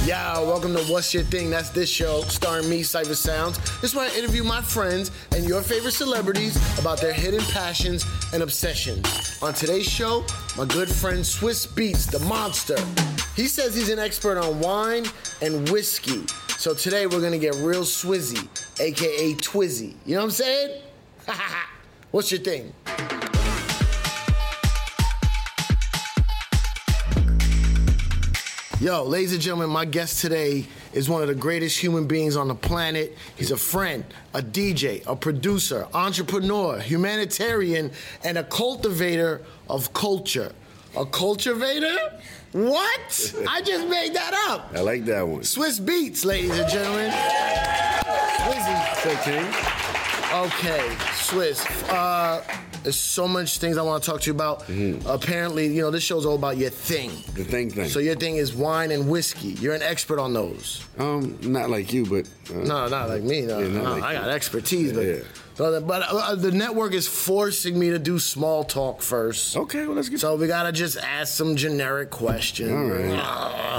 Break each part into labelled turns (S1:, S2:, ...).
S1: Yo, welcome to What's Your Thing? That's this show, starring me, Cypher Sounds. This is where I interview my friends and your favorite celebrities about their hidden passions and obsessions. On today's show, my good friend Swiss Beats, the monster. He says he's an expert on wine and whiskey. So today we're gonna get real swizzy, aka Twizzy. You know what I'm saying? What's your thing? Yo, ladies and gentlemen, my guest today is one of the greatest human beings on the planet. He's a friend, a DJ, a producer, entrepreneur, humanitarian, and a cultivator of culture. A cultivator? What? I just made that up.
S2: I like that one.
S1: Swiss Beats, ladies and gentlemen. Swizzy.
S2: Say, King.
S1: Okay, Swiss. Uh, there's so much things I want to talk to you about. Apparently, you know, this show's all about your thing.
S2: The thing thing.
S1: So your thing is wine and whiskey. You're an expert on those.
S2: um, not like you, but uh,
S1: No, not like me. No,
S2: Yeah, not
S1: no,
S2: like
S1: I got
S2: you.
S1: expertise, but
S2: Yeah.
S1: so the- but uh, the network is forcing me to do small talk first.
S2: okay. Well, let's get.
S1: So we gotta just ask some generic questions.
S2: All right.
S1: Ah.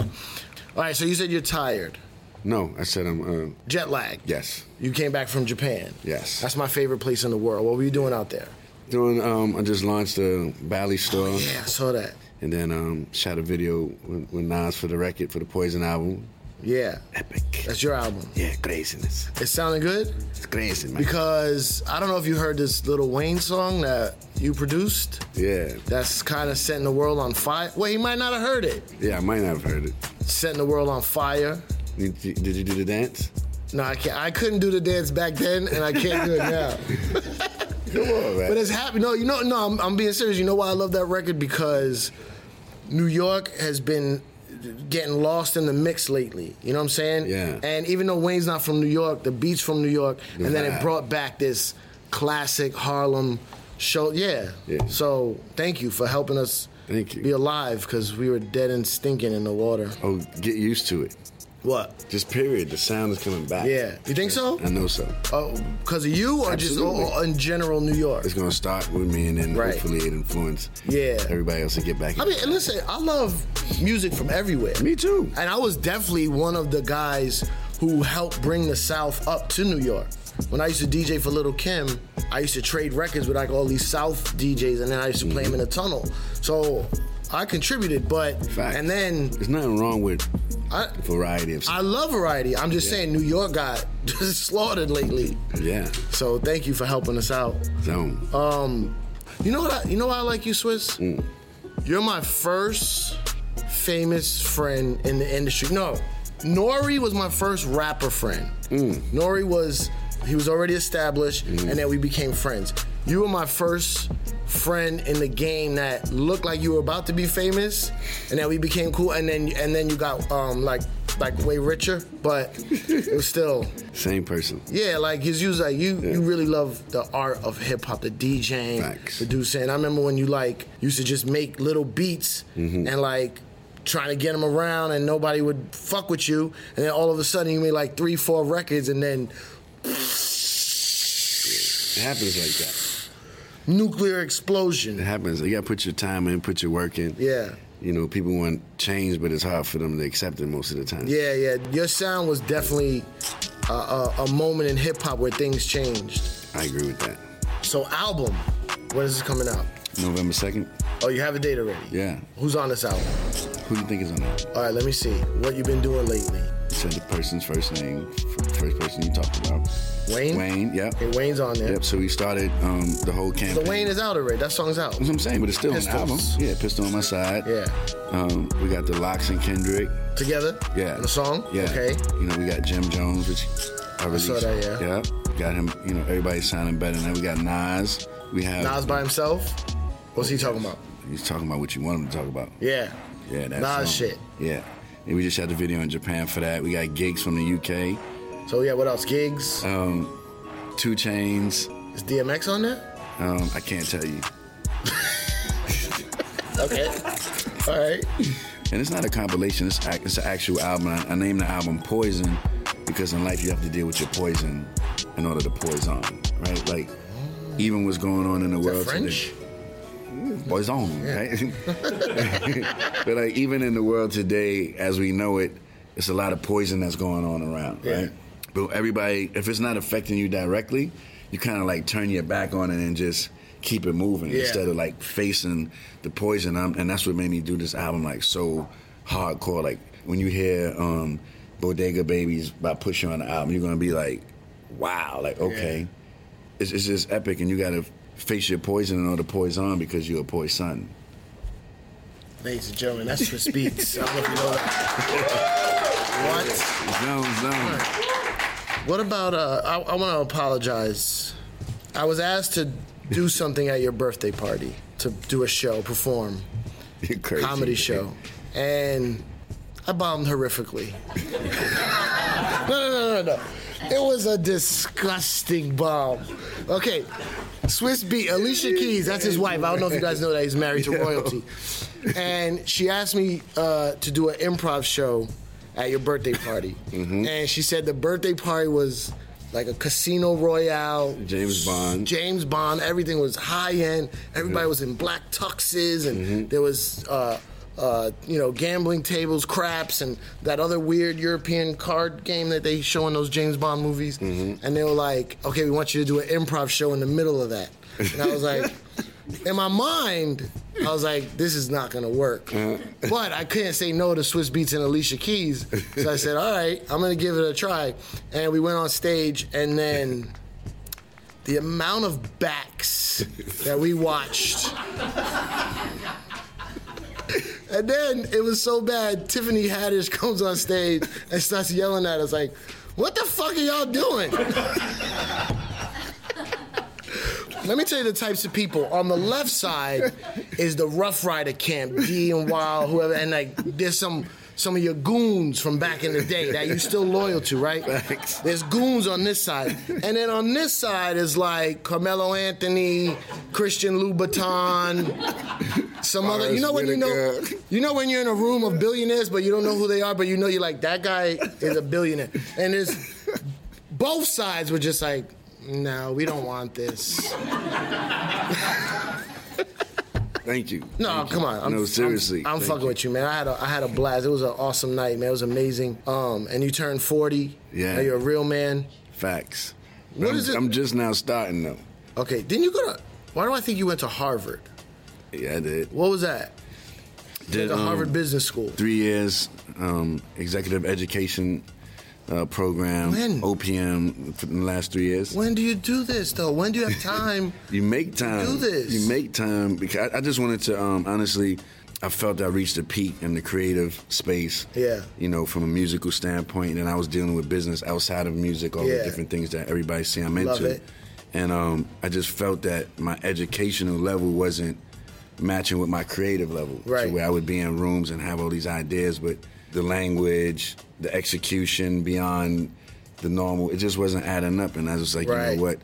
S1: All right. So you said you're tired,
S2: no, I said I'm. Uh,
S1: jet lag.
S2: yes,
S1: You came back from Japan.
S2: Yes.
S1: That's my favorite place in the world. What were you doing out there?
S2: doing. Um, I just launched a Bally store,
S1: Oh, Yeah, I saw that.
S2: and then um, shot a video with, with Nas for the record for the Poison album.
S1: Yeah.
S2: Epic.
S1: That's your album.
S2: yeah, craziness.
S1: It sounded good
S2: It's crazy, man.
S1: because I don't know if you heard this little Wayne song that you produced.
S2: yeah,
S1: That's kind of setting the world on fire. Well, he might not have heard it.
S2: yeah. I might not have heard it.
S1: Setting the world on fire.
S2: Did you, did you do the dance?
S1: No, I can't. I couldn't do the dance back then, and I can't do it now.
S2: Come on, man.
S1: But it's happy. No, you know, no. I'm, I'm being serious. You know why I love that record because New York has been getting lost in the mix lately. You know what I'm saying?
S2: Yeah.
S1: And even though Wayne's not from New York, the beat's from New York,
S2: The
S1: and then it
S2: vibe.
S1: brought back this classic Harlem show. Yeah.
S2: Yeah.
S1: So thank you for helping us.
S2: Thank you.
S1: Be alive because we were dead and stinking in the water.
S2: oh, get used to it.
S1: What?
S2: Just period. The sound is coming back.
S1: Yeah. You think so?
S2: I know so.
S1: Oh, because of you, or
S2: Absolutely.
S1: just or, or in general New York?
S2: It's gonna start with me, and then
S1: Right.
S2: hopefully it influences
S1: Yeah.
S2: everybody else to get back.
S1: I mean, and listen, I love music from everywhere.
S2: Me too.
S1: And I was definitely one of the guys who helped bring the South up to New York. When I used to DJ for Little Kim, I used to trade records with like all these South DJs, and then I used to play them in a tunnel. So I contributed, but
S2: Fact.
S1: and then
S2: There's nothing wrong with
S1: I
S2: variety of
S1: I
S2: stuff.
S1: love variety. I'm just saying New York got just slaughtered lately.
S2: yeah.
S1: So thank you for helping us out.
S2: So
S1: Um, you know what? I, you know why I like you, Swiss. You're my first famous friend in the industry. No, Nori was my first rapper friend. Nori was he was already established, and then we became friends. You were my first friend in the game that looked like you were about to be famous, and then we became cool. And then and then you got um like like way richer, but it was still
S2: same person.
S1: yeah, like his you was like you you really love the art of hip hop, the DJing,
S2: Facts.
S1: producing. I remember when you like used to just make little beats
S2: Mm-hmm.
S1: and like trying to get them around and nobody would fuck with you and then all of a sudden you made like 3 4 records and then
S2: It happens like that.
S1: nuclear
S2: It
S1: explosion.
S2: happens. You gotta put your time in, put your work in.
S1: Yeah.
S2: You know, people want change, but it's hard for them to accept it most of the time.
S1: Yeah, yeah. Your sound was definitely a, a, a moment in hip hop where things changed.
S2: I agree with that.
S1: So album, when is this coming out?
S2: November second.
S1: Oh, you have a date already.
S2: Yeah.
S1: Who's on this album?
S2: Who do you think is on that?
S1: All right, let me see. What you been doing lately?
S2: You said the person's first name, f- first person you talked about.
S1: Wayne?
S2: Wayne. Yep.
S1: Okay, Wayne's on there.
S2: Yep. So we started um, the whole
S1: So
S2: campaign.
S1: Wayne is out already. That song's out.
S2: That's what I'm saying, but it's still
S1: Pistols.
S2: an album. Yeah, pistol on my side.
S1: Yeah.
S2: Um, we got the Locks and Kendrick.
S1: Together?
S2: Yeah.
S1: The song?
S2: Yeah.
S1: Okay.
S2: You know, we got Jim Jones, which I released.
S1: saw that, yeah.
S2: Yeah. Got him, you know, everybody's sounding better now. We got Nas. We have
S1: Nas by himself? What's he talking about?
S2: He's talking about what you want him to talk about.
S1: Yeah.
S2: Yeah, that
S1: Nas
S2: song.
S1: shit.
S2: Yeah. And we just had the video in Japan for that. We got gigs from the
S1: So yeah, what else? Gigs?
S2: UK. Um, Two Chains.
S1: Is DMX on there?
S2: Um, I can't tell you.
S1: Okay. All right.
S2: And it's not a compilation. It's, ac- it's an actual album. I, I named the album Poison because in life you have to deal with your poison in order to poison, right? Like even what's going on in the
S1: that
S2: world
S1: French?
S2: today. Poison, right? but like even in the world today, as we know it, it's a lot of poison that's going on around,
S1: Yeah.
S2: right? But everybody, if it's not affecting you directly, you kind of like turn your back on it and just keep it moving
S1: Yeah.
S2: instead of like facing the poison. i and that's what made me do this album like so hardcore. Like when you hear um, Bodega Babies by Pusha on the album, you're gonna be like, wow, like okay, it's, it's just epic, and you gotta face your poison and all the poison because you're a poison.
S1: Ladies and gentlemen, that's Swiss Beats. I don't know if you know that. What?
S2: Zone, zone.
S1: What about? Uh, I, I want to apologize. I was asked to do something at your birthday party to do a show, perform
S2: You're crazy.
S1: comedy show, and I bombed horrifically. no, no, no, no, no. It was a disgusting bomb. Okay, Swiss Beat, Alicia Keys, that's his wife. I don't know if you guys know that he's married to royalty. And she asked me uh, to do an improv show at your birthday party. And she said the birthday party was like a casino royale.
S2: James Bond.
S1: James Bond. Everything was high end. Everybody was in black tuxes, and
S2: Mm-hmm.
S1: there was, uh, uh, you know, gambling tables, craps, and that other weird European card game that they show in those James Bond movies.
S2: Mm-hmm.
S1: And they were like, "Okay, we want you to do an improv show in the middle of that." And I was like, in my mind. I was like, this is not gonna work.
S2: Uh-huh.
S1: But I couldn't say no to Swiss Beats and Alicia Keys. So I said, all right, I'm gonna give it a try. And we went on stage, and then the amount of backs that we watched. and then it was so bad, Tiffany Haddish comes on stage and starts yelling at us like, what the fuck are y'all doing? Let me tell you the types of people. On the left side is the Rough Rider camp, D and Wild, whoever, and like there's some some of your goons from back in the day that you're still loyal to, right?
S2: Facts.
S1: There's goons on this side, and then on this side is like Carmelo Anthony, Christian Louboutin, some other. You know when you know
S2: Whitaker.
S1: you know when you're in a room of billionaires, but you don't know who they are, but you know you're like that guy is a billionaire, and it's both sides were just like, no, we don't want this.
S2: Thank you.
S1: No,
S2: Thank you.
S1: come on. I'm,
S2: no, seriously.
S1: I'm, I'm
S2: Thank
S1: fucking
S2: you.
S1: with you, man. I had a I had a blast. It was an awesome night, man. It was amazing. Um, and you turned 40.
S2: Yeah.
S1: Now you're a real man.
S2: Facts.
S1: What
S2: I'm,
S1: is it-
S2: I'm just now starting though.
S1: Okay. Didn't you go to? Why do I think you went to Harvard?
S2: Yeah, I did.
S1: What was that?
S2: Did
S1: The
S2: um,
S1: Harvard Business School.
S2: three years um, executive education uh, program.
S1: When?
S2: OPM for the last three years.
S1: When do you do this though? When do you have time?
S2: You make time.
S1: do this.
S2: You make time because I, I just wanted to um, honestly. I felt I reached a peak in the creative space.
S1: Yeah.
S2: You know, from a musical standpoint, and I was dealing with business outside of music, all
S1: Yeah.
S2: the different things that everybody see I'm into.
S1: Love it.
S2: And um, I just felt that my educational level wasn't matching with my creative level.
S1: Right.
S2: To where I would be in rooms and have all these ideas, but the language, the execution beyond the normal, it just wasn't adding up. And I was just like, you
S1: Right.
S2: know what?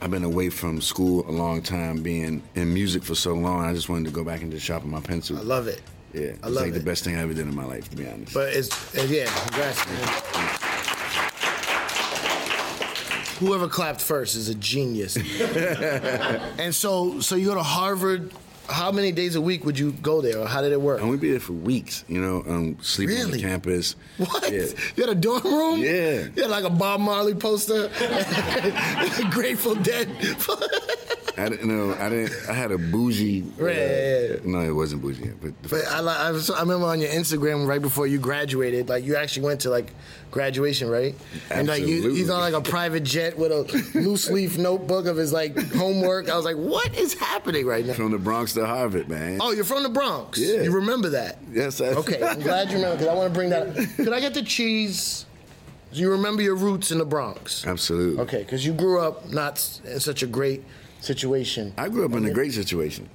S2: I've been away from school a long time, being in music for so long. I just wanted to go back and just sharpen my pencil.
S1: I love it.
S2: Yeah,
S1: I
S2: it's
S1: love
S2: like
S1: it.
S2: the best thing I ever did in my life, to be honest.
S1: But it's uh, yeah. Congrats, man. Whoever clapped first is a genius. and so, so you go to Harvard. How many days a week would you go there, or how did it work?
S2: and we'd be there for weeks, you know, um, sleeping on
S1: Really?
S2: the campus.
S1: What?
S2: Yeah.
S1: You had a dorm room?
S2: Yeah.
S1: You had like a Bob Marley poster, Grateful Dead.
S2: I didn't know. I didn't. I had a bougie. uh,
S1: Right, yeah, yeah.
S2: No, it wasn't bougie, but, the
S1: but I, li- I, was, I remember on your Instagram right before you graduated, like you actually went to like graduation, right? And like you, he's on like a private jet with a loose leaf notebook of his like homework. I was like, what is happening right now?
S2: from the Bronx to Harvard, man.
S1: Oh, you're from the Bronx.
S2: Yeah.
S1: You remember that?
S2: Yes, I-
S1: Okay, I'm glad you remember because I want to bring that. up. Could I get the cheese? Do you remember your roots in the Bronx?
S2: absolutely.
S1: Okay, because you grew up not s- in such a great situation.
S2: I grew up in a great situation.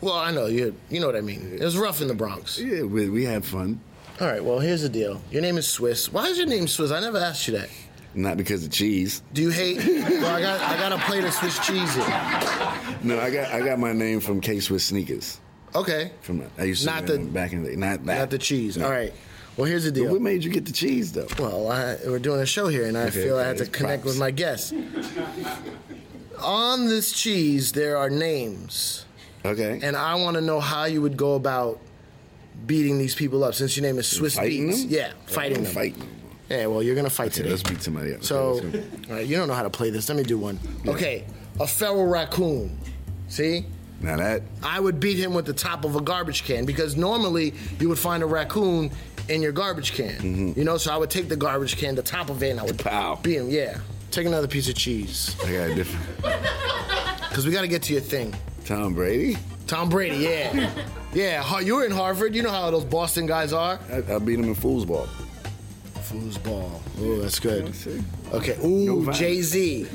S1: Well, I know you. You know what I mean. It was rough in the Bronx.
S2: Yeah, we, we had fun.
S1: All right. Well, here's the deal. Your name is Swiss. Why is your name Swiss? I never asked you that.
S2: Not because of cheese.
S1: Do you hate? well, I got. I got a plate of Swiss cheese here.
S2: No, I got I got my name from K Swiss sneakers.
S1: Okay.
S2: From I used to
S1: Not
S2: wear
S1: the-
S2: them back in the day. Not that.
S1: Not the cheese.
S2: No.
S1: All right. Well, here's the
S2: But
S1: deal.
S2: what made you get the cheese though?
S1: Well, I, we're doing a show here, and I
S2: Okay,
S1: feel I
S2: okay,
S1: had to
S2: it's
S1: connect
S2: props.
S1: with my guests. On this cheese, there are names.
S2: Okay.
S1: and I want to know how you would go about beating these people up since your name is Swiss
S2: Fighting
S1: Beats.
S2: them?
S1: Yeah, fighting
S2: I'm
S1: them.
S2: fighting them.
S1: Yeah, well, you're gonna fight today.
S2: let's beat somebody up.
S1: So,
S2: Okay, let's go.
S1: all right, you don't know how to play this. Let me do one. Okay, a feral raccoon. See,
S2: Now that
S1: I would beat him with the top of a garbage can because normally you would find a raccoon in your garbage can.
S2: Mm-hmm.
S1: You know, so I would take the garbage can, the top of it, and I would
S2: Pow.
S1: beat him. Yeah. Take another piece of cheese
S2: I got a different
S1: because we got to get to your thing.
S2: Tom Brady.
S1: Tom Brady, yeah. Yeah, Har- you were in Harvard. You know how those Boston guys are.
S2: I, I beat him in foosball.
S1: Foosball. Oh, that's good.
S2: see.
S1: Okay.
S2: No
S1: Ooh,
S2: violence.
S1: Jay Z.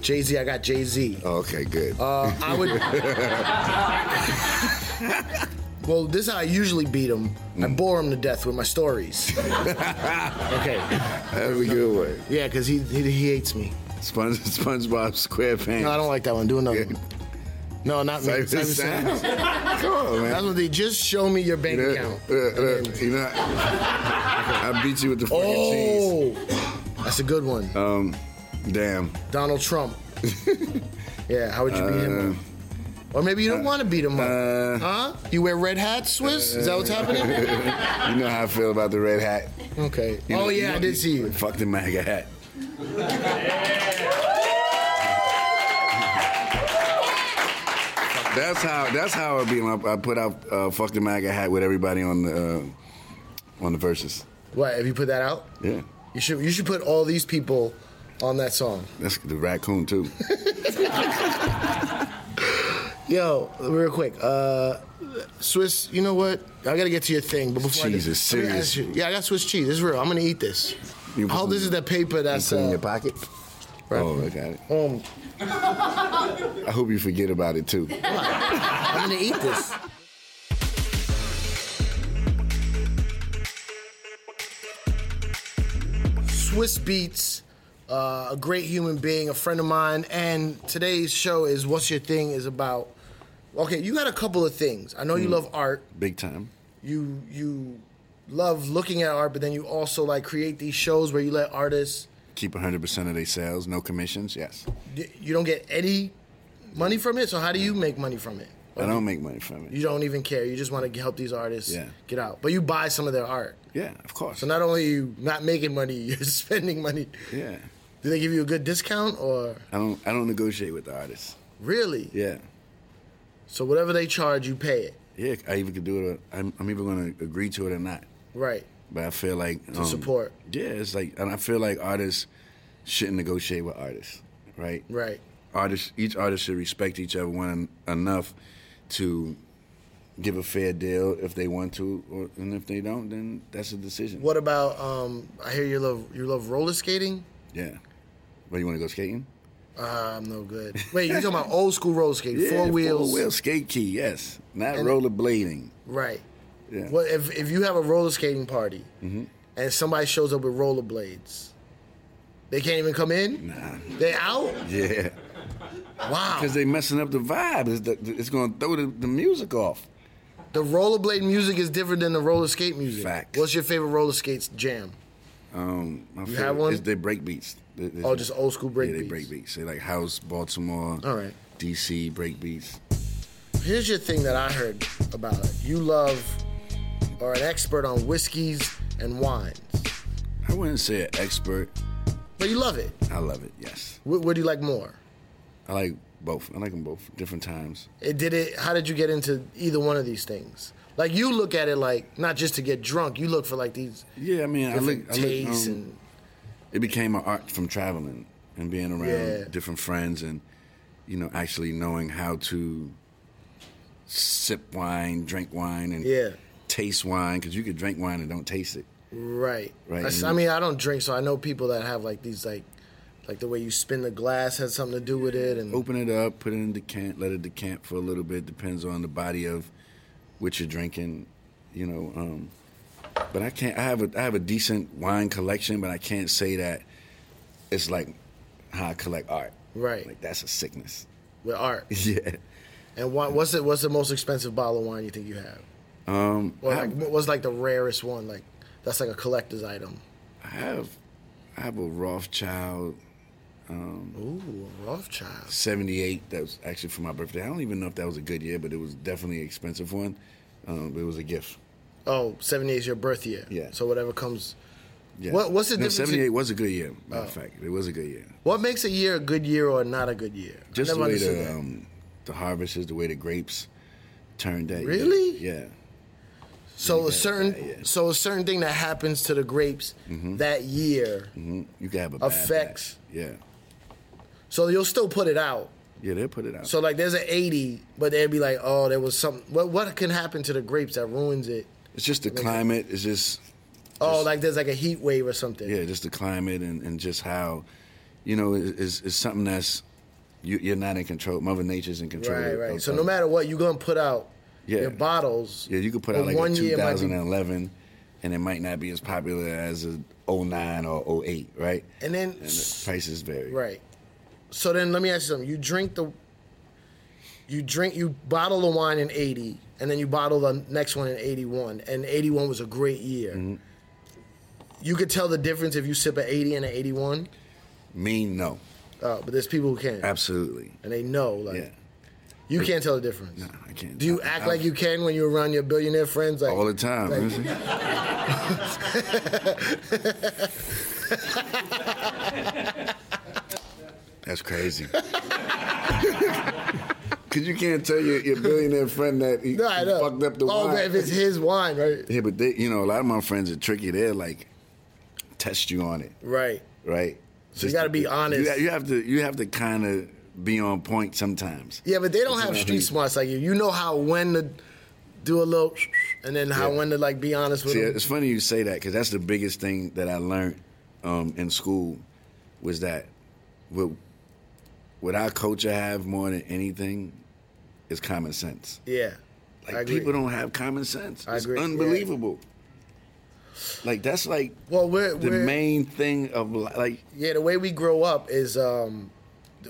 S1: Jay Z, I got Jay Z.
S2: Okay, good.
S1: Uh, I would. well, this is how I usually beat them. I
S2: Mm.
S1: bore him to death with my stories. okay.
S2: That was a good one.
S1: Yeah, because he, he he hates me.
S2: Sponge, SpongeBob SquarePants.
S1: No, I don't like that one. Do another. one. No, not me.
S2: Simon
S1: Simon
S2: Says.
S1: Says.
S2: Come on, man.
S1: That's what they just show me your bank
S2: You know,
S1: account.
S2: uh, uh, you know, I beat you with the fucking cheese.
S1: Oh, that's a good one.
S2: Um, damn.
S1: Donald Trump. yeah, how would you beat him?
S2: Uh,
S1: up? Or maybe you don't want to beat him up,
S2: uh,
S1: huh? You wear red hats, Swiss? Is that what's happening?
S2: you know how I feel about the red hat.
S1: Okay.
S2: You
S1: oh
S2: know-
S1: yeah,
S2: know-
S1: I did see you.
S2: Fuck the MAGA hat. That's how. That's how I beat him. I, I put out uh, "fuck the MAGA hat" with everybody on the uh, on the verses.
S1: What? Have you put that out?
S2: Yeah,
S1: You should. You should put all these people on that song.
S2: that's the raccoon too.
S1: Yo, real quick. Uh, Swiss, you know what? I gotta get to your thing, but before I do-
S2: Cheese is
S1: let me
S2: serious.
S1: ask you- Yeah, I got Swiss cheese. This is real. I'm gonna eat this.
S2: You
S1: I hope
S2: put
S1: this is that paper that's.
S2: Put it in
S1: Uh,
S2: your pocket. Oh, I got it.
S1: um,
S2: I hope you forget about it too.
S1: I'm gonna eat this. Swiss Beats, uh, a great human being, a friend of mine, and today's show is "What's Your Thing" is about. Okay, you got a couple of things. I know you love art.
S2: Big time.
S1: You you love looking at art, but then you also like create these shows where you let artists.
S2: Keep 100 percent of their sales. No commissions. Yes.
S1: y- You don't get any money from it. So how do you make money from it?
S2: I don't make money from it.
S1: You don't even care. You just want to help these artists
S2: Yeah.
S1: get out. But you buy some of their art.
S2: Yeah, of course.
S1: So not only are you not making money, you're spending money.
S2: Yeah.
S1: Do they give you a good discount or
S2: I don't. I don't negotiate with the artists.
S1: really?
S2: Yeah.
S1: So whatever they charge, you pay it.
S2: Yeah. I even could do it. I'm, I'm even going to agree to it or not.
S1: Right.
S2: But I feel like um,
S1: support.
S2: Yeah, it's like, and I feel like artists shouldn't negotiate with artists, right?
S1: Right.
S2: Artists, each artist should respect each other one enough to give a fair deal if they want to, or, and if they don't, then that's a decision.
S1: What about um I hear you love you love roller skating?
S2: Yeah. Well, you want to go skating?
S1: Uh, I'm no good. Wait, you're talking about old school roller skating,
S2: Yeah,
S1: four wheels.
S2: Four wheel skate key, yes. Not rollerblading.
S1: Right.
S2: Yeah. Mm-hmm.
S1: What if if you have a roller skating party and somebody shows up with rollerblades? They can't even come in?
S2: Nah.
S1: They out?
S2: Yeah.
S1: Wow.
S2: Because they messing up the vibe. It's, the, it's going to throw the, the music off.
S1: The rollerblade music is different than the roller skate music.
S2: Facts.
S1: What's your favorite roller skates jam?
S2: Um, my
S1: You
S2: favorite
S1: have one?
S2: Is they break beats. They- they-
S1: Oh, just old school break
S2: Yeah, they
S1: beats.
S2: break beats. They like house, Baltimore,
S1: All right.
S2: DC break beats.
S1: Here's your thing that I heard about it. You love, are an expert on whiskeys and wines,
S2: I wouldn't say an expert.
S1: but you love it.
S2: I love it. Yes,
S1: What, what do you like more?
S2: I like both. I like them both. Different times.
S1: It did it. How did you get into either one of these things? Like you look at it like not just to get drunk. You look for like these
S2: Yeah, I mean, I
S1: different
S2: look. I look
S1: tastes
S2: um,
S1: and
S2: it became an art from traveling and being around
S1: Yeah.
S2: different friends and you know actually knowing how to sip wine, drink wine, and
S1: Yeah.
S2: taste wine because you could drink wine and don't taste it.
S1: Right.
S2: Right,
S1: I s-
S2: and-
S1: I mean, I don't drink, so I know people that have like these like, like the way you spin the glass has something to do with it, and
S2: open it up, put it in decant, let it decant for a little bit. Depends on the body of what you're drinking, you know. Um, but I can't. I have a I have a decent wine collection, but I can't say that it's like how I collect art.
S1: Right.
S2: Like that's a sickness.
S1: with art.
S2: Yeah.
S1: And wha- what's the what's the most expensive bottle of wine you think you have?
S2: Um,
S1: Or
S2: I
S1: like,
S2: have,
S1: what- what's like the rarest one? Like that's like a collector's item.
S2: I have I have a Rothschild
S1: Ooh, a Rothschild.
S2: '78. That was actually for my birthday. I don't even know if that was a good year, but it was definitely an expensive one. Um, but it was a gift.
S1: oh, 78 is your birth year.
S2: Yeah.
S1: So whatever comes.
S2: Yeah.
S1: What, what's the
S2: no,
S1: difference? Oh.
S2: Seventy eight was a good year. Matter of fact, it was a good year.
S1: What makes a year a good year or not a good year? I
S2: Just the
S1: never
S2: way
S1: understood
S2: the
S1: that.
S2: um, the harvest is, the way the grapes turned that. year.
S1: Really?
S2: Yeah.
S1: So a certain
S2: yeah, Mm-hmm. yeah.
S1: so a certain thing that happens to the grapes that year.
S2: hmm You can have a bad batch.
S1: Affects.
S2: Yeah.
S1: So you'll still put it out.
S2: Yeah, they'll put it out.
S1: So like there's an 80, but they'd be like, oh, there was something. What what can happen to the grapes that ruins it?
S2: it's just the climate. It's just
S1: Oh, like there's like a heat wave or something.
S2: yeah, just the climate and, and just how, you know, is is is something that's you, you're not in control. Mother Nature's in control.
S1: Right,
S2: of-
S1: right.
S2: of-
S1: so no matter what, you're gonna put out
S2: um, Yeah.
S1: your bottles.
S2: Yeah, you could put
S1: but
S2: out like a
S1: year might be-
S2: 2011, and it might not be as popular as a 09 or 08, right?
S1: and then
S2: And the prices vary.
S1: right. So then let me ask you something. You drink the you drink you bottle the wine in 80 and then you bottle the next one in 81 and 81 was a great year.
S2: Mm-hmm.
S1: You could tell the difference if you sip an 80 and an 81.
S2: Me, no,
S1: Uh, but there's people who can't.
S2: absolutely.
S1: And they know like
S2: Yeah,
S1: you can't tell the difference.
S2: I can't.
S1: Do you
S2: I-
S1: act
S2: I-
S1: like you can when you're around your billionaire friends? Like
S2: all the time?
S1: like-
S2: isn't it? That's crazy. Cause you can't tell your, your billionaire friend that he,
S1: No, I
S2: he
S1: know.
S2: fucked up the
S1: oh,
S2: wine.
S1: but if it's his wine, right?
S2: Yeah, but they, you know, a lot of my friends are tricky. They're like, test you on it,
S1: Right.
S2: right? So
S1: you gotta be honest.
S2: You, have to, you have to kind of be on point sometimes.
S1: Yeah, but they don't
S2: That's
S1: have
S2: what I
S1: street
S2: mean.
S1: smarts like you. You know how when to do a little, and then how
S2: Yeah.
S1: when to like be honest with
S2: See,
S1: them.
S2: it's funny you say that because that's the biggest thing that I learned um, in school was that what what our culture have more than anything is common sense.
S1: Yeah,
S2: Like
S1: I agree.
S2: people don't have common sense.
S1: I
S2: it's
S1: agree, yeah.
S2: unbelievable. Like that's like
S1: Well, we're,
S2: the
S1: we're
S2: main thing of li- like
S1: yeah. The way we grow up is um,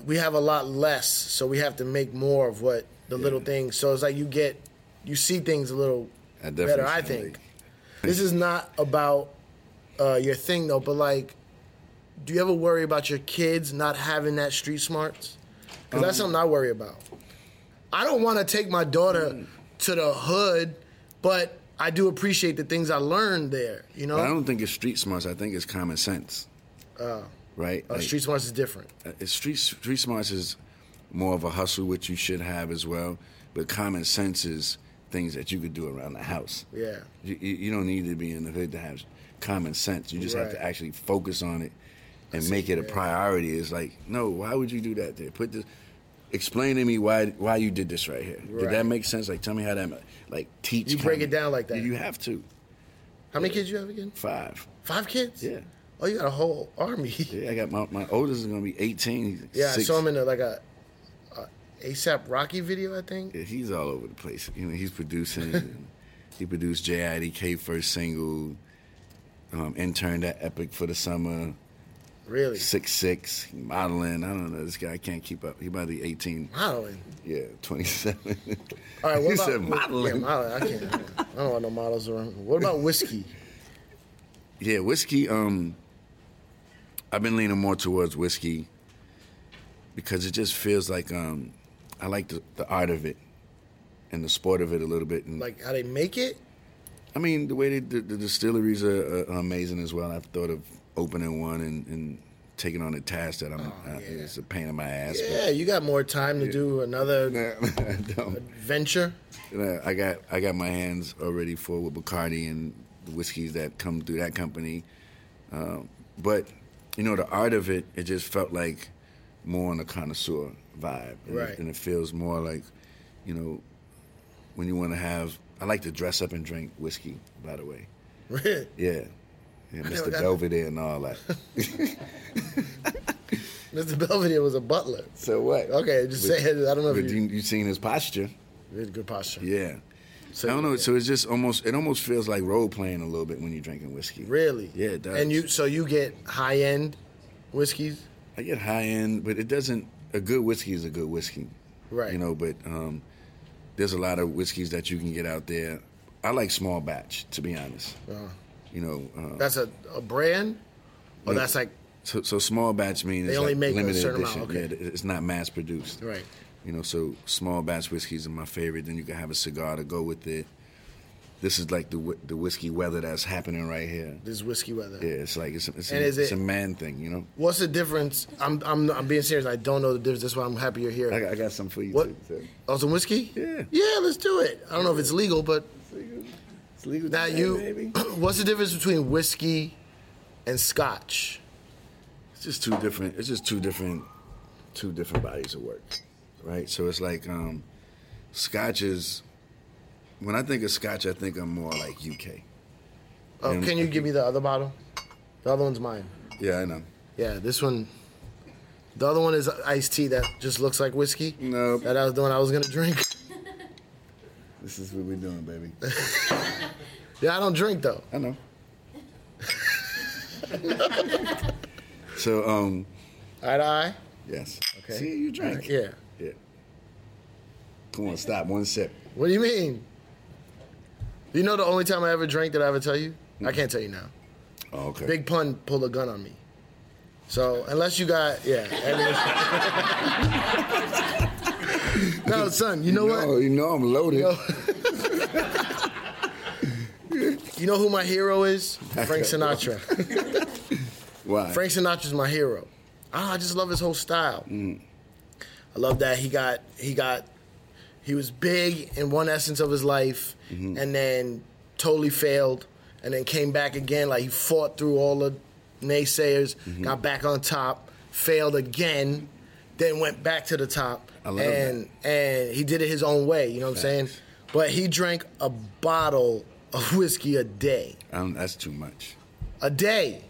S1: we have a lot less, so we have to make more of what the little things. So it's like you get, you see things a little
S2: I definitely
S1: better. I
S2: sound
S1: think
S2: like-
S1: this is not about uh, your thing though, but like, do you ever worry about your kids not having that street smarts? Because that's something I worry about. I don't want to take my daughter to the hood, but I do appreciate the things I learned there. You know,
S2: I don't think it's street smarts. I think it's common sense. right?
S1: Uh,
S2: Like,
S1: street smarts is different.
S2: uh, it's street street smarts is more of a hustle, which you should have as well. But common sense is things that you could do around the house.
S1: Yeah.
S2: You, you you don't need to be in the hood to have common sense. You just have to
S1: Right.
S2: actually focus on it and make it a priority. It's like, no, why would you do that there? Put this. Explain to me why why you did this right here. Did that
S1: Right.
S2: make sense? Like, tell me how that ma- like teach.
S1: You break
S2: common-
S1: it down like that.
S2: You have to
S1: How many kids you have again?
S2: five.
S1: Five kids?
S2: Yeah.
S1: Oh, you got a whole army. Yeah,
S2: Yeah, I got my my oldest is gonna be eighteen. He's
S1: I
S2: six.
S1: saw him in a, like a, a ASAP Rocky video, I think.
S2: Yeah, he's all over the place. You know, he's producing. and he produced JIDK first single. Um, interned at Epic for the summer.
S1: Really?
S2: Six six modeling. I don't know. This guy can't keep up. He about to be eighteen.
S1: Modeling.
S2: Yeah, twenty seven.
S1: All right, what
S2: he
S1: about
S2: said
S1: what- Yeah,
S2: modeling. Yeah,
S1: modeling. I can't. I don't- I don't want no models around. What about whiskey?
S2: whiskey. Um, I've been leaning more towards whiskey because it just feels like um, I like the, the art of it and the sport of it a little bit. And
S1: Like how they make it?
S2: I mean, the way they, the, the distilleries are, are amazing as well. I've thought of opening one and, and taking on a task that I'm. I, It's a pain in my ass.
S1: Yeah, you got more time to do another
S2: But I, don't.
S1: venture.
S2: And I- I got I got my hands already full with Bacardi and the whiskeys that come through that company. Um, but you know, the art of it, it just felt like more on a connoisseur vibe, and,
S1: Right.
S2: it, and it feels more like, you know, when you want to have. I like to dress up and drink whiskey, by the way.
S1: Really?
S2: Yeah. Yeah,
S1: never
S2: Mr.
S1: got
S2: Belvedere and all that.
S1: Mr. Belvedere was a butler.
S2: so what?
S1: Okay, just say it. I don't know
S2: But
S1: if you,
S2: you, you seen his posture.
S1: you had good posture.
S2: Yeah.
S1: So-
S2: So, I don't know. So it's just almost, it almost feels like role playing a little bit when you're drinking whiskey.
S1: Really?
S2: Yeah, it does.
S1: And you so you get high end whiskeys?
S2: I get high end, but it doesn't, a good whiskey is a good whiskey.
S1: Right.
S2: You know, but um, there's a lot of whiskeys that you can get out there. I like small batch, to be honest.
S1: Uh,
S2: You know, uh,
S1: that's a, a brand? Or that's like
S2: so, so small batch means
S1: They
S2: it's
S1: only
S2: like
S1: make a
S2: limited
S1: certain amount,
S2: edition.
S1: okay.
S2: Yeah, it's not mass produced.
S1: Right.
S2: You know, so small batch whiskeys are my favorite. Then you can have a cigar to go with it. this is like the whi- the whiskey weather that's happening right here.
S1: This whiskey weather.
S2: Yeah, it's like it's, a- it's,
S1: And
S2: a,
S1: is
S2: it's
S1: it-
S2: a man thing, you know.
S1: What's the difference? I'm, I'm I'm being serious. I don't know the difference. That's why I'm happy you're here.
S2: I got, I got some for you
S1: What?
S2: too. too.
S1: Oh, some whiskey?
S2: Yeah.
S1: Yeah, let's do it. I don't know if it's legal, but
S2: It's legal
S1: now
S2: today,
S1: you.
S2: baby.
S1: What's the difference between whiskey and scotch?
S2: It's just two different. It's just two different, two different bodies of work, right? So it's like um, Scotch is. When I think of Scotch, I think I'm more like UK.
S1: Oh,
S2: Yeah.
S1: can you give me the other bottle? The other one's mine.
S2: Yeah, I know.
S1: Yeah, this one. The other one is iced tea that just looks like whiskey.
S2: No.
S1: That I was doing. I was gonna drink.
S2: This is what we're doing, baby.
S1: Yeah, I don't drink though.
S2: I know. so um,
S1: Eye to eye.
S2: yes.
S1: Okay.
S2: See, you drink.
S1: Yeah.
S2: Yeah. Come on, stop. One sip.
S1: What do you mean? You know the only time I ever drank that I ever tell you? I can't tell you now.
S2: Oh, okay.
S1: Big pun pulled a gun on me. So unless you got yeah. and- no, son. You know what?
S2: No, you know I'm loaded.
S1: You know who my hero is? Frank
S2: Okay.
S1: Sinatra.
S2: Why?
S1: Frank Sinatra's my hero. Ah, I just love his whole style.
S2: Mm.
S1: I love that he got he got he was big in one essence of his life,
S2: Mm-hmm.
S1: and then totally failed, and then came back again. Like he fought through all the naysayers,
S2: Mm-hmm.
S1: got back on top, failed again, then went back to the top,
S2: I love
S1: and and he did it his own way. You know what I'm saying? But he drank a bottle of whiskey a day,
S2: Um, that's too much.
S1: a day.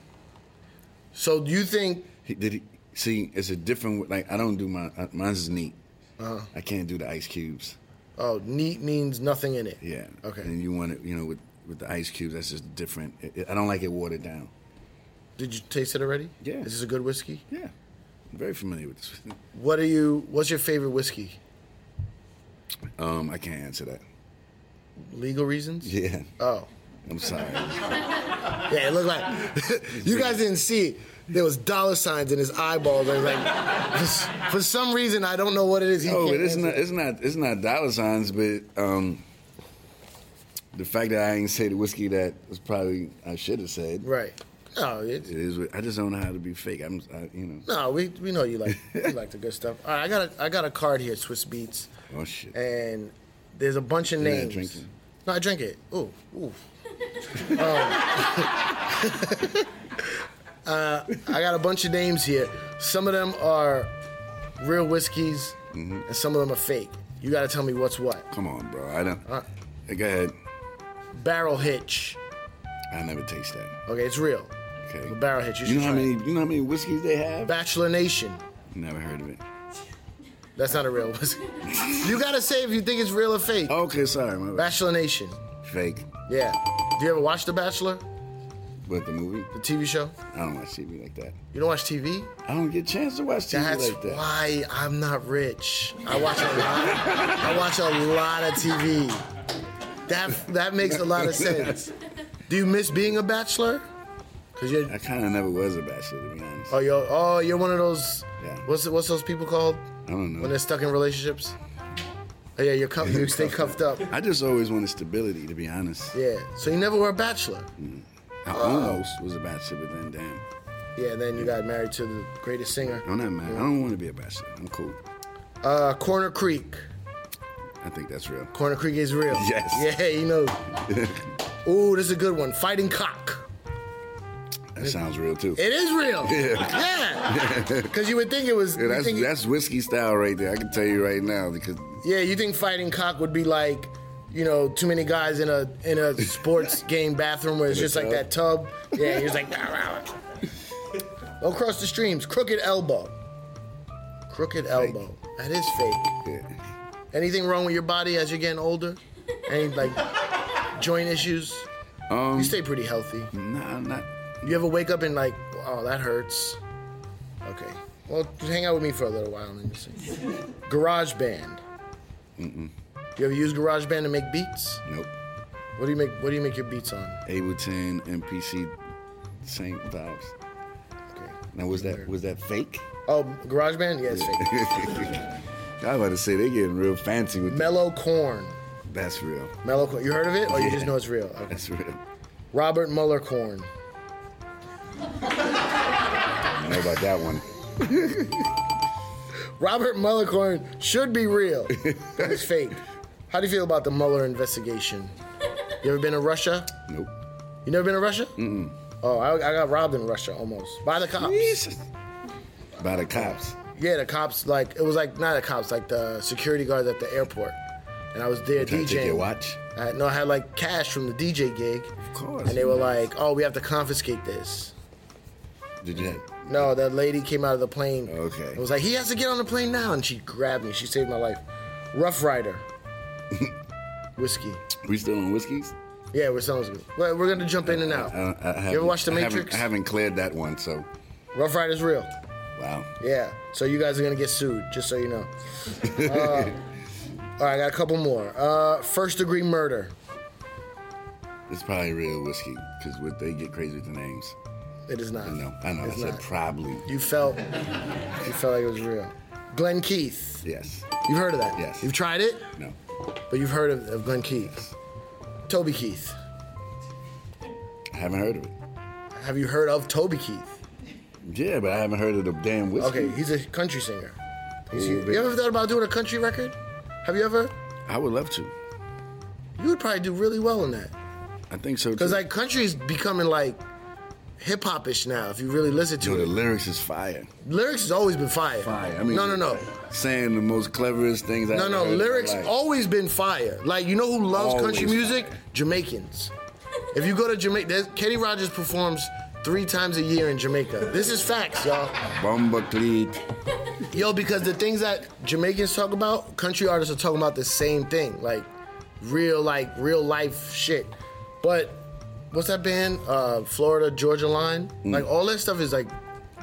S1: So do you think
S2: He, did he see? It's a different. Like I don't do my uh, mine's is neat.
S1: Uh-huh.
S2: I can't do the ice cubes.
S1: Oh, neat means nothing in it.
S2: Yeah.
S1: Okay.
S2: And you want it, you know, with with the ice cubes. That's just different. It- it- I don't like it watered down.
S1: Did you taste it already?
S2: Yeah.
S1: Is this a good whiskey?
S2: Yeah. I'm very familiar with this.
S1: What are you? What's your favorite whiskey?
S2: Um, I can't answer that.
S1: Legal reasons?
S2: Yeah.
S1: Oh.
S2: I'm sorry.
S1: Yeah, it looked like you guys didn't see it. There was dollar signs in his eyeballs. I was like, for, s- for some reason, I don't know what it is. He
S2: Oh,
S1: can't
S2: it is
S1: answer.
S2: not. It's not. It's not dollar signs, but um, the fact that I ain't say the whiskey that was probably I should have said.
S1: Right. No, it's,
S2: It is. what- I just don't know how to be fake. I'm. I, you know.
S1: no, we, we know you like you like the good stuff. All right, I got a I got a card here, Swiss Beats,
S2: Oh shit.
S1: and there's a bunch of
S2: You're not
S1: names.
S2: drinking.
S1: No, I drink it. Ooh, ooh. Um, uh, I got a bunch of names here. Some of them are real whiskeys,
S2: Mm-hmm.
S1: and some of them are fake. You got to tell me what's what.
S2: Come on, bro. I don't.
S1: Uh,
S2: Go ahead.
S1: barrel hitch.
S2: I never taste that.
S1: Okay, it's real.
S2: Okay.
S1: The barrel hitch. You,
S2: You
S1: should
S2: know how
S1: try
S2: many?
S1: it.
S2: You know how many whiskeys they have?
S1: Bachelor Nation.
S2: Never heard of it.
S1: That's not a real whiskey. you got to say if you think it's real or fake.
S2: Okay, sorry. My bad.
S1: Bachelor Nation.
S2: Fake.
S1: Yeah. Do you ever watch The Bachelor,
S2: But the movie,
S1: the TV show?
S2: I don't watch TV like that.
S1: You don't watch TV?
S2: I don't get a chance to watch TV
S1: That's
S2: like that.
S1: why I'm not rich. I watch a lot. I watch a lot of TV. That that makes a lot of sense. Do you miss being a bachelor? Cause you're
S2: I kind of never was a bachelor, to be honest.
S1: oh you're oh you're one of those
S2: Yeah.
S1: what's what's those people called
S2: I don't know.
S1: when they're stuck in relationships? Oh yeah, you're cuff, you stay cuffed up.
S2: I just always wanted stability, to be honest.
S1: Yeah. So you never were a bachelor.
S2: Mm. I almost was a bachelor, but then damn,
S1: Yeah. Then you got married to the greatest singer.
S2: I'm not mad. I don't want to be a bachelor. I'm cool.
S1: Uh, Corner Creek.
S2: I think that's real.
S1: Corner Creek is real.
S2: Yes.
S1: Yeah, you know. Ooh, this is a good one. Fighting cock.
S2: That sounds real too.
S1: It is real.
S2: Yeah.
S1: Yeah. Because you would think it was.
S2: Yeah,
S1: you
S2: that's
S1: think-
S2: that's whiskey style right there. I can tell you right now because
S1: yeah, you think fighting cock would be like, you know, too many guys in a in a sports game bathroom where it's
S2: In a
S1: just like that tub. Yeah, you're just like, "Rah, rah, rah." don't cross the streams. Crooked elbow. Crooked elbow. That is fake.
S2: yeah,
S1: Anything wrong with your body as you're getting older? Any like joint issues?
S2: Um,
S1: you stay pretty healthy.
S2: nah, I'm not.
S1: You ever wake up and like, oh, that hurts? Okay. Well, just hang out with me for a little while and then you'll see. Garage Band. Mm-mm. You ever use Garage Band to make beats?
S2: Nope.
S1: What do you make? What do you make your beats on?
S2: Ableton, MPC, same vibes.
S1: Okay.
S2: Now was that was that fake?
S1: Oh, Garage Band? Yeah, it's fake.
S2: I was about to say they getting real fancy with that.
S1: Mellow Corn.
S2: That's real.
S1: Mellow Corn. You heard of it, or you
S2: Yeah.
S1: just know it's real? Okay.
S2: That's real.
S1: Robert Mueller Corn.
S2: I know about that one.
S1: Robert Mueller Corn should be real. but it's fake. How do you feel about the Mueller investigation? You ever been to Russia?
S2: Nope.
S1: You never been to Russia? Mm-mm. Oh, I, I got robbed in Russia almost by the cops.
S2: By the cops.
S1: Yeah, the cops like it was like not the cops, like the security guards at the airport. And I was there
S2: Trying to take your
S1: DJing.
S2: watch?
S1: I had- no, I had like cash from the DJ gig. Of
S2: course.
S1: And they were like, "Oh, we have to confiscate this."
S2: Did you?
S1: No, that lady came out of the plane.
S2: Okay.
S1: It was like he has to get on the plane now, and she grabbed me. She saved my life. Rough Rider. Whiskey.
S2: We still on whiskeys?
S1: Yeah, we're sounds good. Well, we're gonna jump in and out.
S2: I don't- I
S1: you ever
S2: haven't-
S1: watch The
S2: I haven't-
S1: Matrix?
S2: I haven't cleared that one, so
S1: Rough Rider's real.
S2: wow.
S1: Yeah. So you guys are gonna get sued, just so you know. Uh, all right, I got a couple more. Uh, first degree murder.
S2: It's probably real whiskey because what they get crazy with the names.
S1: It is not.
S2: I know. I know.
S1: It's
S2: I said
S1: not.
S2: probably.
S1: You felt. You felt like it was real. Glenn Keith.
S2: Yes.
S1: You've heard of that?
S2: Yes.
S1: You've tried it,
S2: No.
S1: but you've heard of, of Glenn Keith. Toby Keith.
S2: I haven't heard of it.
S1: Have you heard of Toby Keith?
S2: Yeah, but I haven't heard of the damn whiskey.
S1: Okay, he's a country singer. He's-
S2: Ooh,
S1: you ever
S2: baby.
S1: thought about doing a country record? Have you ever?
S2: I would love to.
S1: You would probably do really well in that.
S2: I think so too.
S1: Because like country is becoming like hip hop ish now. If you really listen to
S2: Yo, the
S1: it,
S2: lyrics is fire.
S1: lyrics has always been fire.
S2: Fire. I mean,
S1: no, no, no,
S2: Saying the most cleverest things. I
S1: no, no. Lyrics
S2: all.
S1: always been fire. Like you know who loves
S2: Always
S1: country music?
S2: fire.
S1: Jamaicans. If you go to Jamaica, Kenny Rogers performs three times a year in Jamaica. This is facts, y'all.
S2: Bomba cleat.
S1: Yo, because the things that Jamaicans talk about, country artists are talking about the same thing, like real, like real life shit. But what's that band? Uh, Florida Georgia Line.
S2: Mm.
S1: Like all that stuff is like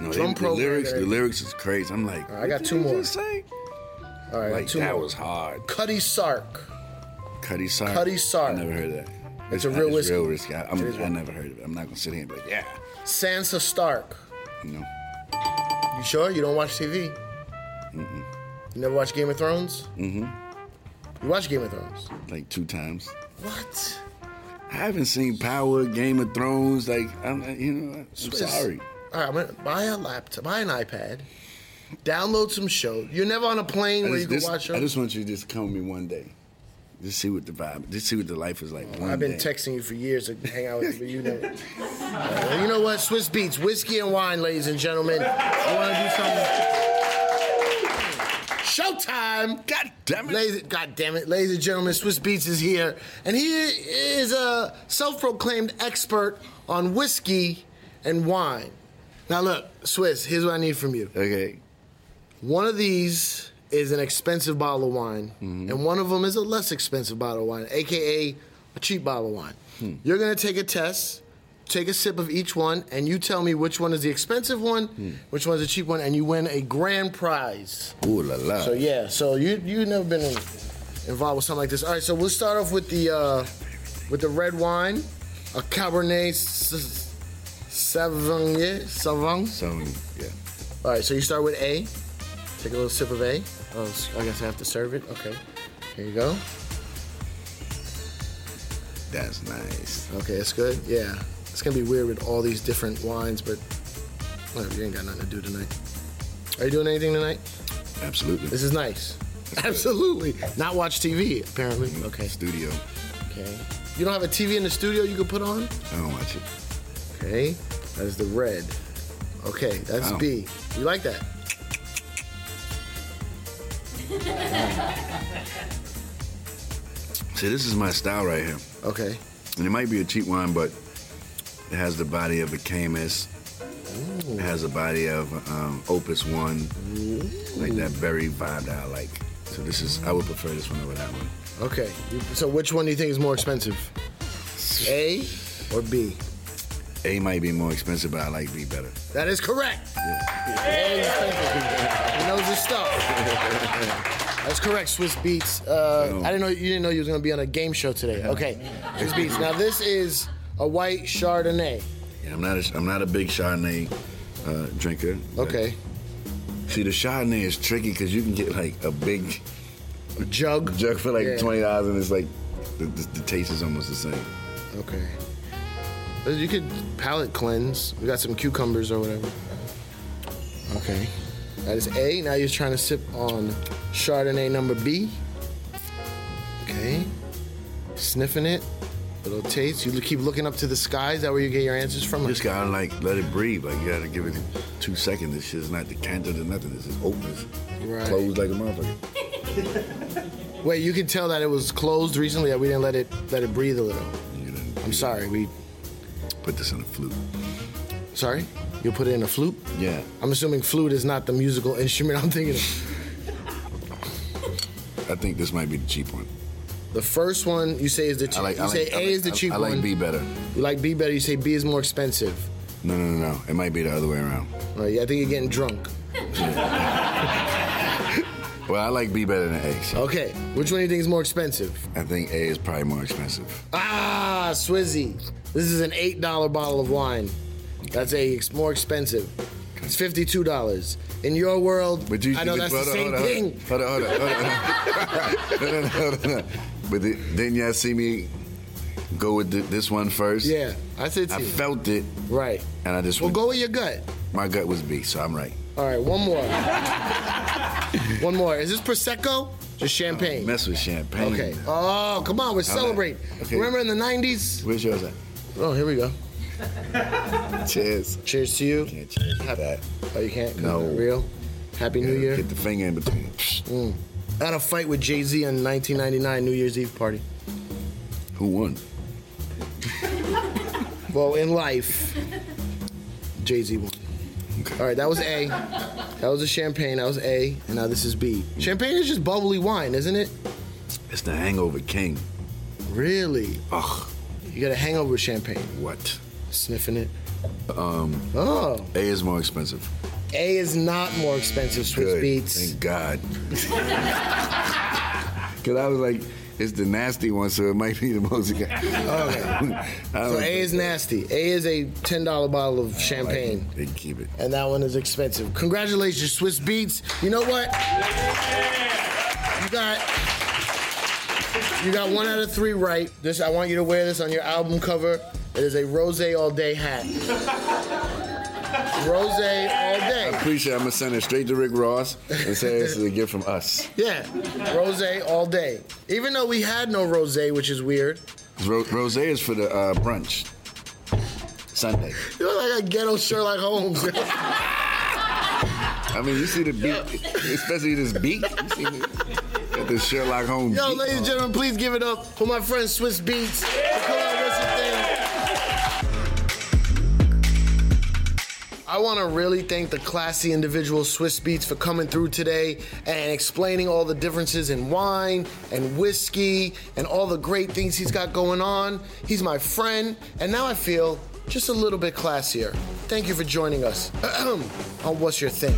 S2: No,
S1: drum
S2: they, the
S1: program
S2: lyrics.
S1: and
S2: The lyrics is crazy. I'm like,
S1: I got
S2: what
S1: two
S2: did you
S1: more.
S2: just say?
S1: All right,
S2: Like
S1: two
S2: that
S1: more.
S2: was hard.
S1: Cuddy Sark.
S2: Cuddy Sark.
S1: Cutty Sark.
S2: I never heard of that.
S1: It's a real whiskey.
S2: real whiskey. I, I'm,
S1: It is
S2: I
S1: real.
S2: never heard of it. I'm not gonna sit here and be like, yeah,
S1: Sansa Stark.
S2: you know.
S1: You sure you don't watch TV? You never watch Game of Thrones? Mm-hmm. You watch Game of Thrones?
S2: like two times.
S1: What?
S2: I haven't seen Power, Game of Thrones. Like I'm, I- you know, I'm sorry.
S1: All right, I'm gonna buy a laptop, buy an iPad, download some show. You're never on a plane
S2: I
S1: where you
S2: just,
S1: can
S2: this-
S1: watch shows.
S2: I just want you to just come with me one day. Just see what the vibe. Just see what the life is like. one
S1: I've been
S2: day.
S1: texting you for years to hang out with you, but you know. Uh, you know what? Swiss Beats, whiskey and wine, ladies and gentlemen. I want to do something. Showtime.
S2: God damn it!
S1: Ladies, God damn it, ladies and gentlemen, Swiss Beats is here, and he is a self-proclaimed expert on whiskey and wine. Now, look, Swiss, here's what I need from you.
S2: Okay.
S1: One of these is an expensive bottle of wine, and one of them is a less expensive bottle of wine, aka a cheap bottle of wine. You're gonna take a test, take a sip of each one, and you tell me which one is the expensive one, which one's the cheap one, and you win a grand prize.
S2: Ooh la la.
S1: So yeah, so you you never been in, involved with something like this. All right, so we'll start off with the uh, with the red wine, a Cabernet S- S- Sauvignon. Sauvignon.
S2: So yeah.
S1: All right, so you start with A. Take a little sip of A. Oh, s- I guess I have to serve it. Okay. Here you go.
S2: That's nice.
S1: Okay, that's good. Yeah. It's gonna be weird with all these different wines, but whatever, you ain't got nothing to do tonight. Are you doing anything tonight?
S2: Absolutely.
S1: This is nice. Absolutely. Not watch TV, apparently. Okay.
S2: Studio.
S1: Okay. You don't have a TV in the studio you could put on?
S2: I don't watch it.
S1: Okay. That is the red. Okay, that's
S2: Wow.
S1: B. You like that?
S2: See, this is my style right here.
S1: Okay.
S2: And it might be a cheap wine, but it has the body of a Camus. It has the body of um, Opus One, like that very vibe that I like. So this is, I would prefer this one over that one.
S1: Okay. You- So which one do you think is more expensive? A or B?
S2: A might be more expensive, but I like B better.
S1: That is correct. A is expensive. He knows his stuff. That's correct, Swiss Beats. Uh, I didn't know you didn't know you was gonna be on a game show today. Okay, Swiss Beats. Now this is a white Chardonnay.
S2: Yeah, I'm not, a, I'm not a big Chardonnay uh, drinker. but-
S1: Okay.
S2: See, the Chardonnay is tricky because you can get like a big,
S1: Jug.
S2: Jug for like
S1: Yeah.
S2: twenty dollars, and it's like the, the, the taste is almost the same.
S1: Okay. Uh, You could palate cleanse. We got some cucumbers or whatever. Okay. That is A. Now you're trying to sip on Chardonnay number B. Okay. Sniffing it. Little taste. You keep looking up to the sky. Is that where you get your answers from?
S2: Just gotta like let it breathe. Like you gotta give it two seconds. This shit's not decanted or nothing. This is open. It's
S1: Right.
S2: closed like a motherfucker.
S1: Wait, you can tell that it was closed recently. That we didn't let it let it breathe a little.
S2: You done-
S1: I'm sorry. We
S2: Put this in a flute.
S1: sorry. You put it in a flute.
S2: Yeah.
S1: I'm assuming flute is not the musical instrument. I'm thinking. Of.
S2: I think this might be the cheap one.
S1: The first one you say is the cheap.
S2: I like.
S1: you
S2: I
S1: say
S2: like,
S1: A
S2: I like-
S1: is the
S2: I-
S1: cheap
S2: I like
S1: one.
S2: B better.
S1: You like B better. You say B is more expensive.
S2: No, no, no, no. It might be the other way around.
S1: Right, yeah, I think you're getting drunk.
S2: Well, I like B better than A. so
S1: Okay, which one do you think is more expensive?
S2: I think A is probably more expensive.
S1: Ah, Swizzy. This is an eight dollar bottle of wine. That's a it's more expensive. It's fifty two dollars. In your world,
S2: But you,
S1: I know
S2: but-
S1: that's the
S2: hold on,
S1: same thing.
S2: hold on, Hold on, hold on, hold on. no, no, no, hold on. But the, didn't y'all see me go with th- this one first?
S1: Yeah, I said
S2: I
S1: to you.
S2: felt it,
S1: Right.
S2: and I just
S1: Well,
S2: went,
S1: go with your gut.
S2: my gut was B, so I'm right.
S1: All right, one more. one more. Is this prosecco? Just champagne.
S2: Mess with champagne.
S1: Okay. Oh, come on, we're celebrating.
S2: Okay.
S1: Remember in the '90s?
S2: Where's yours at?
S1: Oh, here we go.
S2: Cheers.
S1: Cheers to you.
S2: Can't cheers with
S1: Happy-
S2: that.
S1: Oh, you can't? 'Cause
S2: No.
S1: they're Real? Happy New Year.
S2: Get the finger in between.
S1: I had a fight with Jay Z on 1999 New Year's Eve party.
S2: Who won?
S1: Well, in life, Jay Z won.
S2: Okay.
S1: All right, that was A. That was the champagne. That was A. And now this is B. Champagne is just bubbly wine, isn't it?
S2: It's the hangover king.
S1: Really?
S2: Ugh,
S1: You got a hangover with champagne.
S2: what?
S1: Sniffing it. Um. Oh.
S2: A is more expensive.
S1: A is not more expensive, Switch
S2: Good.
S1: Beats.
S2: Thank God. Because I was like, it's the nasty one, so it might be the most. Okay.
S1: So A is nasty. A is a $10 bottle of champagne.
S2: They keep it.
S1: and that one is expensive. Congratulations, Swiss Beats. You know what? You got you got one out of three right. This I want you to wear this on your album cover. It is a rose all day hat. rose all day.
S2: Appreciate. I'm gonna send it straight to Rick Ross and say this is a gift from us.
S1: Yeah, rose all day. Even though we had no rose, which is weird.
S2: Ro- Rose is for the uh, brunch Sunday.
S1: You look like a ghetto Sherlock Holmes.
S2: I mean, you see the beat, especially this beat. You see the, got this Sherlock Holmes.
S1: Yo,
S2: beat
S1: ladies and
S2: on.
S1: gentlemen, please give it up for my friend Swiss Beats. The collaboration thing. I want to really thank the classy individual Swiss Beats for coming through today and explaining all the differences in wine and whiskey and all the great things he's got going on. He's my friend, and now I feel just a little Uh, bit classier. Thank you for joining us on What's Your Thing.